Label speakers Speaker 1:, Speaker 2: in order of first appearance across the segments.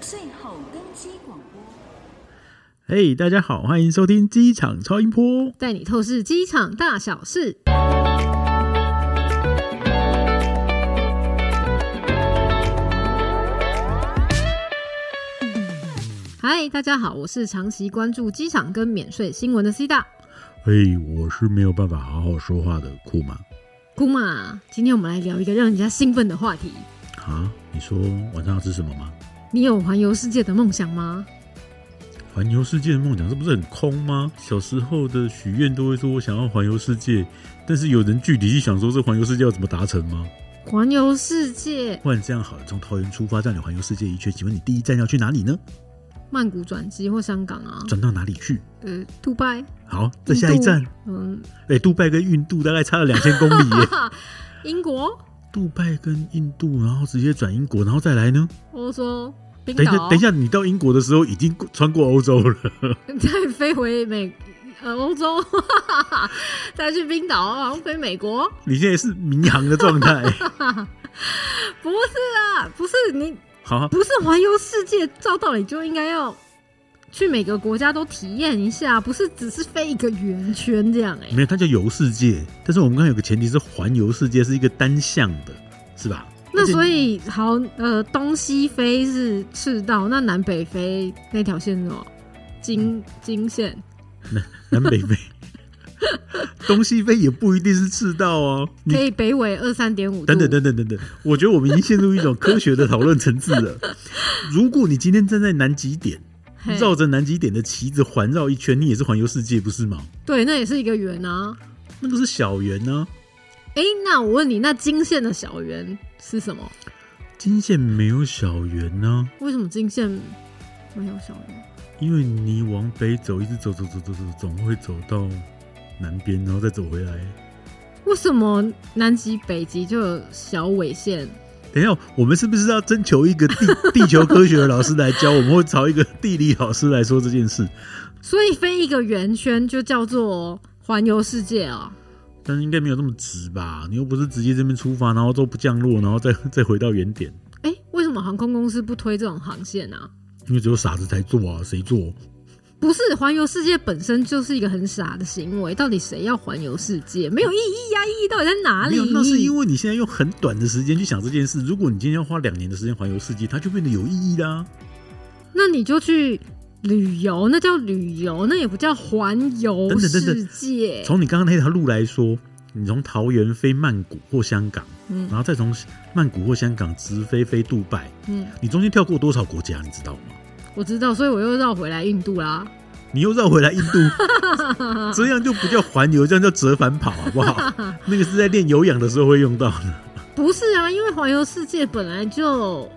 Speaker 1: 最后登机广播。
Speaker 2: 嘿大家好，欢迎收听机场超音波。
Speaker 3: 带你透视机场大小事。嗨，大家好，我是长期关注机场跟免税新闻的 C 大
Speaker 2: 嘿，我是没有办法好好说话的库玛
Speaker 3: 姑妈。今天我们来聊一个让人家兴奋的话题。
Speaker 2: 啊。你说晚上要吃什么吗？
Speaker 3: 你有环游世界的梦想吗？
Speaker 2: 环游世界的梦想，这不是很空吗？小时候的许愿都会说我想要环游世界，但是有人具体去想说这环游世界要怎么达成吗？
Speaker 3: 环游世界，
Speaker 2: 不然这样好了，从桃园出发，带你环游世界一圈，请问你第一站要去哪里呢？
Speaker 3: 曼谷转机或香港啊？
Speaker 2: 转到哪里去？
Speaker 3: 呃，杜拜。
Speaker 2: 好，再下一站
Speaker 3: 印，度。嗯，
Speaker 2: 哎、杜拜跟印度大概差了两千公里 耶。
Speaker 3: 英国、
Speaker 2: 杜拜跟印度，然后直接转英国，然后再来呢？
Speaker 3: 欧洲、冰
Speaker 2: 等一下，
Speaker 3: 岛
Speaker 2: 等一，下，你到英国的时候已经过穿过欧洲了，
Speaker 3: 再飞回美呃欧洲， 再去冰岛，然后飞美国。
Speaker 2: 你现在是民航的状态。
Speaker 3: 不是啊，不是你，
Speaker 2: 好啊，
Speaker 3: 不是环游世界，照道理就应该要去每个国家都体验一下，不是只是飞一个圆圈这样哎、
Speaker 2: 没有，它叫游世界，但是我们刚刚有个前提是环游世界是一个单向的，是吧？
Speaker 3: 那所
Speaker 2: 以
Speaker 3: 以好，呃，东西飞是赤道，那南北飞那条线是什么？经
Speaker 2: 嗯
Speaker 3: 经线。
Speaker 2: 南北飞，东西飞也不一定是赤道哦。你
Speaker 3: 可以北纬二三点五度，
Speaker 2: 等等等等等等，我觉得我们已经陷入一种科学的讨论层次了。如果你今天站在南极点，
Speaker 3: 嘿
Speaker 2: 绕着南极点的旗子环绕一圈，你也是环游世界，不是吗？
Speaker 3: 对，那也是一个圆啊。
Speaker 2: 那都是小圆呢、
Speaker 3: 哎、那我问你，那经线的小圆是什么？
Speaker 2: 金线没有小圆呢、
Speaker 3: 为什么经线没有小圆？
Speaker 2: 因为你往北走，一直走走走走走，总会走到南边，然后再走回来。
Speaker 3: 为什么南极、北极就有小纬线？
Speaker 2: 等一下，我们是不是要征求一个地地球科学的老师来教？我们会找一个地理老师来说这件事，
Speaker 3: 所以飞一个圆圈就叫做环游世界啊、
Speaker 2: 但是应该没有那么直吧？你又不是直接这边出发，然后都不降落，然后再再回到原点，
Speaker 3: 哎、为什么航空公司不推这种航线啊？
Speaker 2: 因为只有傻子才做啊，谁做？
Speaker 3: 不是环游世界本身就是一个很傻的行为，到底谁要环游世界？没有意义呀、意义到底在哪
Speaker 2: 没
Speaker 3: 里
Speaker 2: 有，？那是因为你现在用很短的时间去想这件事。如果你今天要花两年的时间环游世界，它就变得有意义啦。
Speaker 3: 那你就去旅游，那叫旅游，那也不叫环游
Speaker 2: 等等等等
Speaker 3: 世界。
Speaker 2: 从你刚刚那条路来说，你从桃园飞曼谷或香港，
Speaker 3: 嗯
Speaker 2: 然后再从曼谷或香港直飞飞杜拜，
Speaker 3: 嗯，
Speaker 2: 你中间跳过多少国家，你知道吗？
Speaker 3: 我知道，所以我又绕回来印度啦。
Speaker 2: 你又绕回来印度，这样就不叫环游，这样叫折返跑，好不好？那个是在练有氧的时候会用到的。
Speaker 3: 不是啊，因为环游世界本来就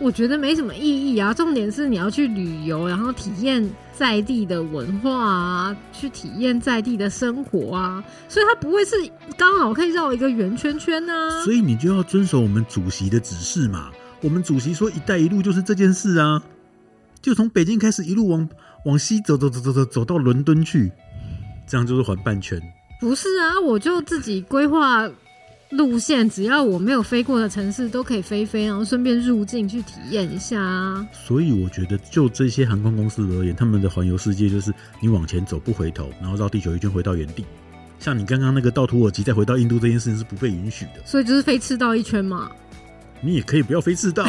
Speaker 3: 我觉得没什么意义啊。重点是你要去旅游，然后体验在地的文化啊，去体验在地的生活啊，所以它不会是刚好可以绕一个圆圈圈啊。
Speaker 2: 所以你就要遵守我们主席的指示嘛。我们主席说“一带一路”就是这件事啊，就从北京开始一路往往西走走走走走走到伦敦去，这样就是环半圈。
Speaker 3: 不是啊，我就自己规划路线，只要我没有飞过的城市都可以飞飞，然后顺便入境去体验一下啊。
Speaker 2: 所以我觉得，就这些航空公司而言，他们的环游世界就是你往前走不回头，然后绕地球一圈回到原地。像你刚刚那个到土耳其再回到印度这件事情是不被允许的，
Speaker 3: 所以就是飞赤道一圈嘛。
Speaker 2: 你也可以不要飞赤道，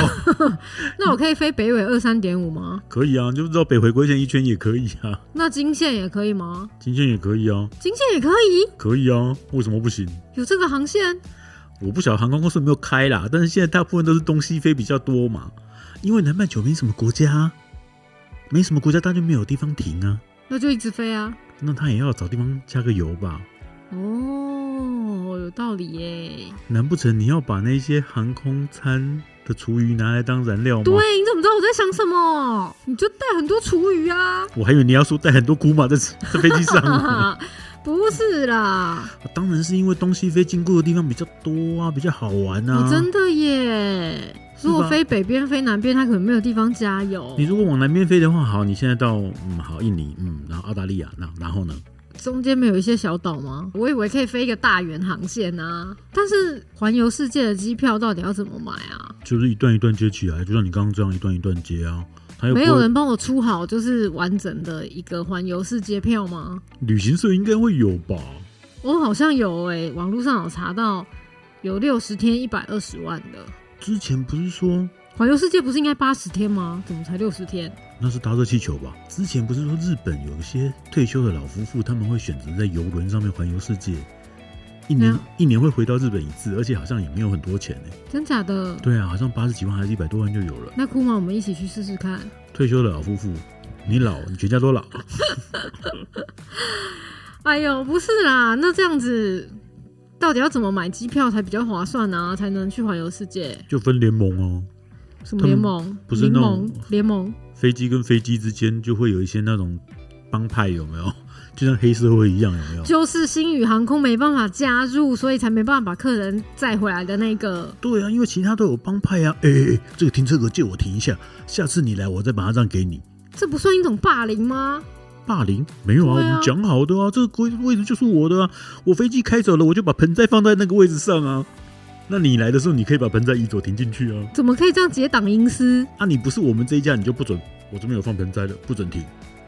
Speaker 3: 那我可以飞北纬二三点五吗？
Speaker 2: 哦可以啊，就绕北回归线一圈也可以啊，
Speaker 3: 那经线也可以吗？
Speaker 2: 今天也可以啊，
Speaker 3: 经线也可以，
Speaker 2: 可以啊，为什么不行？
Speaker 3: 有这个航线。
Speaker 2: 我不晓得航空公司有没有开啦，但是现在大部分都是东西飞比较多嘛，因为南半球没什么国家啊，没什么国家，它就没有地方停啊，
Speaker 3: 那就一直飞啊。
Speaker 2: 那它也要找地方加个油吧？
Speaker 3: 哦，有道理耶。
Speaker 2: 难不成你要把那些航空餐的厨余拿来当燃料吗？
Speaker 3: 对，你怎么知道我在想什么？你就带很多厨余啊。
Speaker 2: 我还以为你要说带很多古马在在飞机上呢。
Speaker 3: 不是啦，
Speaker 2: 当然是因为东西飞经过的地方比较多啊，比较好玩啊。
Speaker 3: 哦，真的耶。
Speaker 2: 是吧
Speaker 3: 如果飞北边、飞南边，它可能没有地方加油
Speaker 2: 你。如果往南边飞的话，好，你现在到嗯好印尼，嗯，然后澳大利亚，那然后呢？
Speaker 3: 中间没有一些小岛吗？我以为可以飞一个大圆航线啊，但是环游世界的机票到底要怎么买啊？
Speaker 2: 就是一段一段接起来，就像你刚刚这样一段一段接啊。还有
Speaker 3: 没有人帮我出好就是完整的一个环游世界票吗？
Speaker 2: 旅行社应该会有吧？
Speaker 3: 我好像有诶、网络上有查到有六十天一百二十万的
Speaker 2: 之前不是说
Speaker 3: 环游世界，不是应该八十天吗？怎么才六十天？
Speaker 2: 那是搭热气球吧？之前不是说日本有一些退休的老夫妇，他们会选择在游轮上面环游世界，一年、
Speaker 3: 对啊
Speaker 2: 一年会回到日本一次，而且好像也没有很多钱呢、
Speaker 3: 真假的？
Speaker 2: 对啊，好像八十几万还是一百多万就有了。
Speaker 3: 那库玛，我们一起去试试看。
Speaker 2: 退休的老夫妇，你老，你全家都老，
Speaker 3: 哎呦，不是啦，那这样子到底要怎么买机票才比较划算啊？才能去环游世界？
Speaker 2: 就分联盟哦。
Speaker 3: 什么
Speaker 2: 他们
Speaker 3: 联盟？
Speaker 2: 不是
Speaker 3: 联
Speaker 2: 那种
Speaker 3: 盟联盟？
Speaker 2: 飞机跟飞机之间就会有一些那种帮派，有没有？就像黑社会一样，有没有？
Speaker 3: 就是星宇航空没办法加入，所以才没办法把客人载回来的那个。
Speaker 2: 对啊，因为其他都有帮派啊。哎、哎哎，这个停车格借我停一下，下次你来我再把它让给你。
Speaker 3: 这不算一种霸凌吗？
Speaker 2: 霸凌没有啊，我
Speaker 3: 对啊
Speaker 2: 们讲好的啊，这个位位置就是我的啊，我飞机开走了，我就把盆栽放在那个位置上啊。那你来的时候，你可以把盆栽移走停进去啊。
Speaker 3: 怎么可以这样结党营私？
Speaker 2: 啊，你不是我们这一家，你就不准，我这边有放盆栽的，不准停。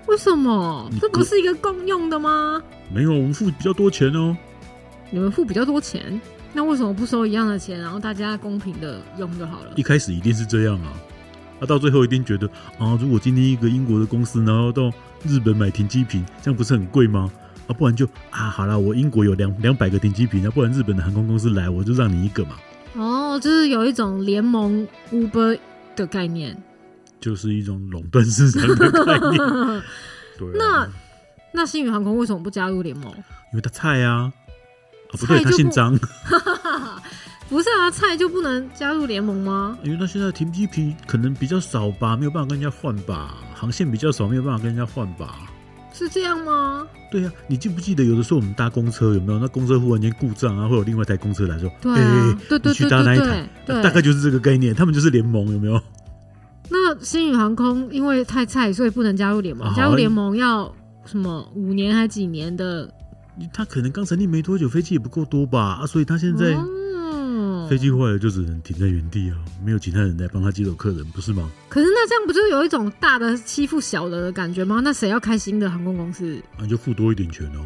Speaker 3: 为什么
Speaker 2: 你？
Speaker 3: 这
Speaker 2: 个
Speaker 3: 不是一个共用的吗？
Speaker 2: 没有，我们付比较多钱哦。
Speaker 3: 你们付比较多钱，那为什么不收一样的钱，然后大家公平的用就好了
Speaker 2: 一？开始一定是这样啊，啊，到最后一定觉得啊，如果今天一个英国的公司，然后到日本买停机坪，这样不是很贵吗？啊，不然就啊，好啦，我英国有两两百个停机坪，啊要、不然日本的航空公司来，我就让你一个嘛，
Speaker 3: 哦，就是有一种联盟 Uber 的概念。
Speaker 2: 就是一种垄断市场的概念。 对、啊
Speaker 3: 那那星宇航空为什么不加入联盟？
Speaker 2: 因为他菜啊，啊不对，
Speaker 3: 菜就
Speaker 2: 他
Speaker 3: 不
Speaker 2: 姓张，
Speaker 3: 不是啊，菜就不能加入联盟吗？
Speaker 2: 因为他现在停机坪可能比较少吧，没有办法跟人家换吧，航线比较少，没有办法跟人家换吧。
Speaker 3: 是这样吗？
Speaker 2: 对呀、你记不记得有的时候我们搭公车有没有？那公车忽然间故障啊，会有另外一台公车来说，
Speaker 3: 对
Speaker 2: 哎
Speaker 3: 啊，对对
Speaker 2: 你去
Speaker 3: 对
Speaker 2: 搭
Speaker 3: 对
Speaker 2: 那一
Speaker 3: 对
Speaker 2: 台，
Speaker 3: 对。
Speaker 2: 大概就是这个概念，他们就是联盟有没有？
Speaker 3: 那星宇航空因为太菜，所以不能加入联盟。
Speaker 2: 啊
Speaker 3: 加入联盟要什么五年还几年的？
Speaker 2: 他可能刚成立没多久，飞机也不够多吧，啊，所以他现在
Speaker 3: 哦
Speaker 2: 飞机坏了就只能停在原地啊，没有其他人来帮他接走客人，不是吗？
Speaker 3: 可是那这样不就有一种大的欺负小的的感觉吗？那谁要开新的航空公司？
Speaker 2: 啊，你就付多一点钱哦。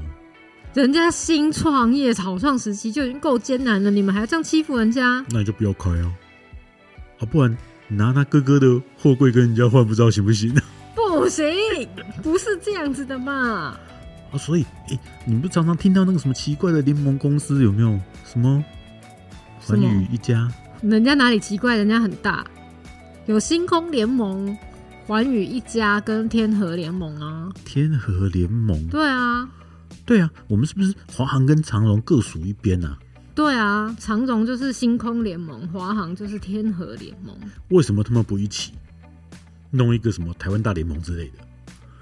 Speaker 3: 人家新创业草创时期就已经够艰难了，你们还要这样欺负人家？
Speaker 2: 那你就不要开啊，啊，不然你拿他哥哥的货柜跟人家换，不知道行不行
Speaker 3: 不行，不是这样子的嘛。
Speaker 2: 啊？所以，哎、你们不常常听到那个什么奇怪的联盟公司有没有？什么
Speaker 3: 什
Speaker 2: 环
Speaker 3: 么
Speaker 2: 宇一家，
Speaker 3: 人家哪里奇怪？人家很大，有星空联盟、环宇一家跟天河联盟啊。
Speaker 2: 天河联盟，
Speaker 3: 对啊，
Speaker 2: 对啊，我们是不是华航跟长荣各属一边啊？
Speaker 3: 对啊，长荣就是星空联盟，华航就是天河联盟，
Speaker 2: 为什么他们不一起弄一个什么台湾大联盟之类的？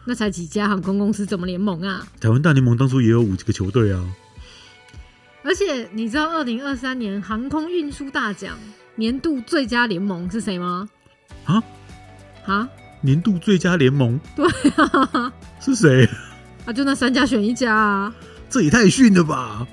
Speaker 3: 那才几家航空公司怎么联盟啊？
Speaker 2: 台湾大联盟当初也有五个球队啊，
Speaker 3: 而且你知道二零二三年航空运输大奖年度最佳联盟是谁吗？
Speaker 2: 啊，
Speaker 3: 啊
Speaker 2: 年度最佳联盟，对啊，是谁？
Speaker 3: 啊，就那三家选一家啊！
Speaker 2: 这也太逊了吧！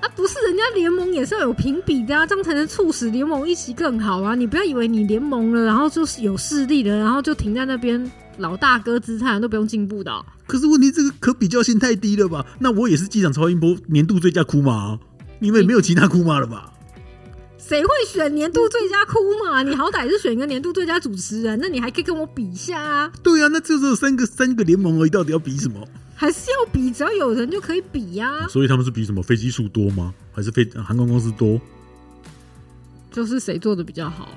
Speaker 3: 啊，不是，人家联盟也是要有评比的啊，这样才能促使联盟一起更好啊！你不要以为你联盟了，然后就是有势力了，然后就停在那边老大哥姿态，都不用进步的哦、
Speaker 2: 可是问题这个可比较性太低了吧？那我也是机长曹音波年度最佳哭马、啊，你们也没有其他哭马了吧？
Speaker 3: 嗯谁会选年度最佳哭嘛？你好歹是选一个年度最佳主持人，啊那你还可以跟我比一下啊，
Speaker 2: 对啊，那就只有三个三个联盟而已，到底要比什么？
Speaker 3: 还是要比，只要有人就可以比呀、啊。
Speaker 2: 所以他们是比什么飞机数多吗？还是飞呃航空公司多？
Speaker 3: 就是谁做的比较好？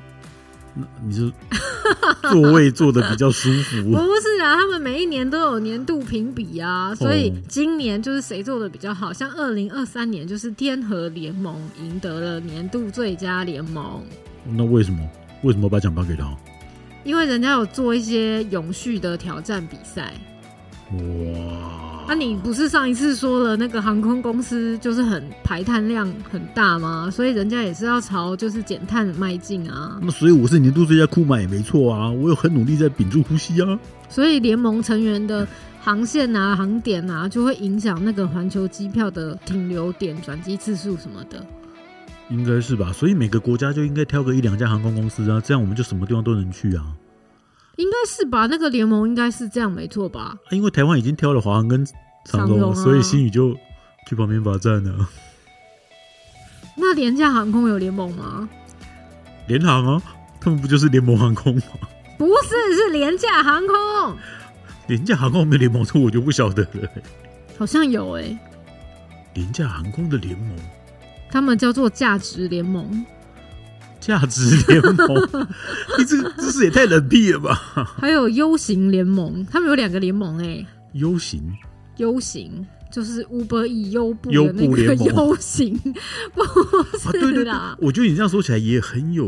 Speaker 2: 那你是 座位坐的比较舒服
Speaker 3: 不是啊，他们每一年都有年度评比啊，所以今年就是谁做的比较好，像二零二三年就是天河联盟赢得了年度最佳联盟，
Speaker 2: 那为什么为什么把奖颁给他？
Speaker 3: 因为人家有做一些永续的挑战比赛。
Speaker 2: 哇！
Speaker 3: 那、啊你不是上一次说了那个航空公司就是很排碳量很大吗？所以人家也是要朝就是减碳迈进啊。
Speaker 2: 那所以我是年度最佳库曼也没错啊，我有很努力在屏住呼吸啊。
Speaker 3: 所以联盟成员的航线啊、航点啊，就会影响那个环球机票的停留点、转机次数什么的。
Speaker 2: 应该是吧，所以每个国家就应该挑个一两家航空公司啊，这样我们就什么地方都能去啊。
Speaker 3: 应该是吧？那个联盟应该是这样，没错吧？
Speaker 2: 啊因为台湾已经挑了华航跟长
Speaker 3: 长
Speaker 2: 荣，
Speaker 3: 荣啊
Speaker 2: 所以新宇就去旁边罚站了。
Speaker 3: 那廉价航空有联盟吗？
Speaker 2: 联航啊，他们不就是联盟航空吗？
Speaker 3: 不是，是廉价航空，
Speaker 2: 廉价航空没联盟，这我就不晓得了、
Speaker 3: 好像有欸诶、
Speaker 2: 廉价航空的联盟，
Speaker 3: 他们叫做价值联盟，
Speaker 2: 价值联盟， 你这个知识也太冷僻了吧？
Speaker 3: 还有 U 型联盟，他们有两个联盟诶、
Speaker 2: 优行
Speaker 3: U 型就是 Uber E 优步
Speaker 2: 优
Speaker 3: 的那
Speaker 2: 步
Speaker 3: 个
Speaker 2: 联盟
Speaker 3: U 型，不
Speaker 2: 啊，对
Speaker 3: 是
Speaker 2: 对对
Speaker 3: 啦，，
Speaker 2: 我觉得你这样说起来也很有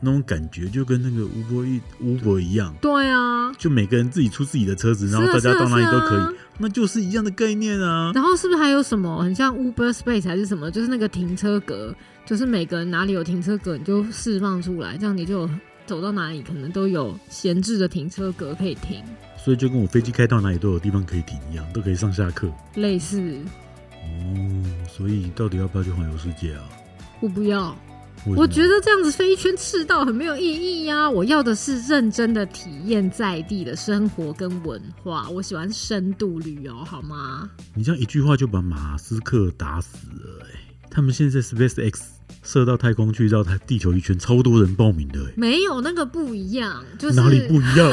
Speaker 2: 那种感觉，就跟那个吴伯一吴伯一样，
Speaker 3: 对啊。
Speaker 2: 就每个人自己出自己的车子，
Speaker 3: 是
Speaker 2: 然
Speaker 3: 啊
Speaker 2: 后大家到哪里都可
Speaker 3: 是啊
Speaker 2: 以，那就是一样的概念啊。
Speaker 3: 然后是不是还有什么很像 Uber Space 还是什么？就是那个停车格，就是每个人哪里有停车格你就释放出来，这样你就走到哪里可能都有闲置的停车格可以停，
Speaker 2: 所以就跟我飞机开到哪里都有地方可以停一样，都可以上下课。
Speaker 3: 类似。
Speaker 2: 哦，所以到底要不要去环游世界啊？
Speaker 3: 我不要，
Speaker 2: 为什么
Speaker 3: 我觉得这样子飞一圈赤道很没有意义呀、我要的是认真的体验在地的生活跟文化，我喜欢深度旅游，好吗？
Speaker 2: 你这样一句话就把马斯克打死了、欸。他们现在 SpaceX 射到太空去，绕太地球一圈，超多人报名的、欸，
Speaker 3: 没有那个不一样，就是
Speaker 2: 哪里不一 样？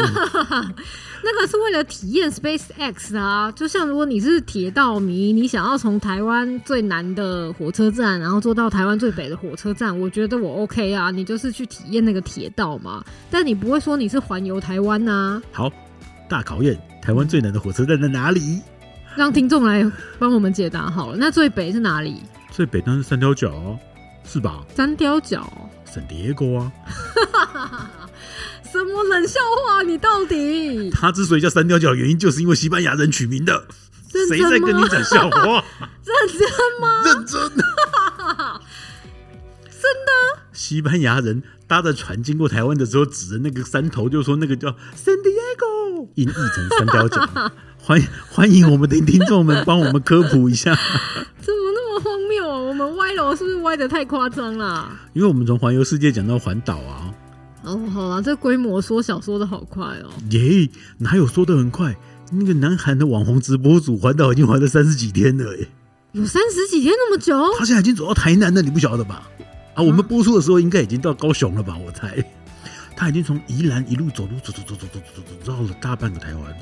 Speaker 3: 那个是为了体验 SpaceX 啊，就像如果你是铁道迷，你想要从台湾最南的火车站，然后坐到台湾最北的火车站，我觉得我 OK 啊，你就是去体验那个铁道嘛。 但你不会说你是环游台湾呐、
Speaker 2: 好，大考验，台湾最南的火车站在哪里？
Speaker 3: 让听众来帮我们解答好了。那最北是哪里？
Speaker 2: 最北当然是三条角、哦，是吧？
Speaker 3: 三貂角？
Speaker 2: 圣迭戈啊，
Speaker 3: 什么冷笑话？你到底
Speaker 2: 它之所以叫三条角，原因就是因为西班牙人取名的。
Speaker 3: 认
Speaker 2: 谁
Speaker 3: 真吗
Speaker 2: 在跟你讲笑话？
Speaker 3: 认真吗？
Speaker 2: 认真，真的？西班牙人搭着船经过台湾的时候，指着那个山头就说：“那个叫 San Diego，音译成三貂角。欢欢迎我们的听众们帮我们科普一下，
Speaker 3: 怎么那么荒谬啊？我们歪楼是不是歪的太夸张啦？
Speaker 2: 因为我们从环游世界讲到环岛啊，
Speaker 3: 哦，好啦，这规模缩小缩的好快哦。
Speaker 2: 耶、哪有说的很快？那个南韩的网红直播主环岛已经环了三十几天了、欸，
Speaker 3: 有三十几天那么久？
Speaker 2: 他现在已经走到台南了，你不晓得吧？啊，我们播出的时候应该已经到高雄了吧？我猜，他已经从宜兰一路走路走走走走走走走绕了大半个台湾了。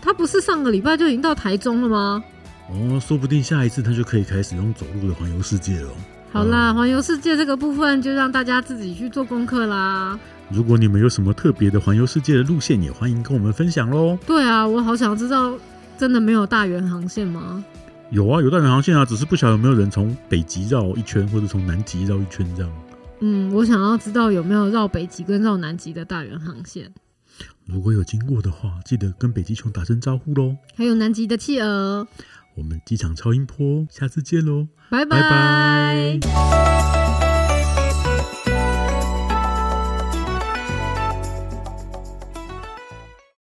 Speaker 3: 他不是上个礼拜就已经到台中了吗？
Speaker 2: 哦，说不定下一次他就可以开始用走路的环游世界了哦。
Speaker 3: 好啦，
Speaker 2: 嗯
Speaker 3: 环游世界这个部分就让大家自己去做功课啦。
Speaker 2: 如果你们有什么特别的环游世界的路线，也欢迎跟我们分享喽。
Speaker 3: 对啊，我好想知道，真的没有大圆航线吗？
Speaker 2: 有啊，有大远航线啊，只是不晓得有没有人从北极绕一圈，或者从南极绕一圈这样。
Speaker 3: 嗯，我想要知道有没有绕北极跟绕南极的大圆航线，
Speaker 2: 如果有经过的话，记得跟北极熊打声招呼喽。
Speaker 3: 还有南极的企鹅。
Speaker 2: 我们机场超音波，下次见喽。
Speaker 3: 拜
Speaker 2: 拜拜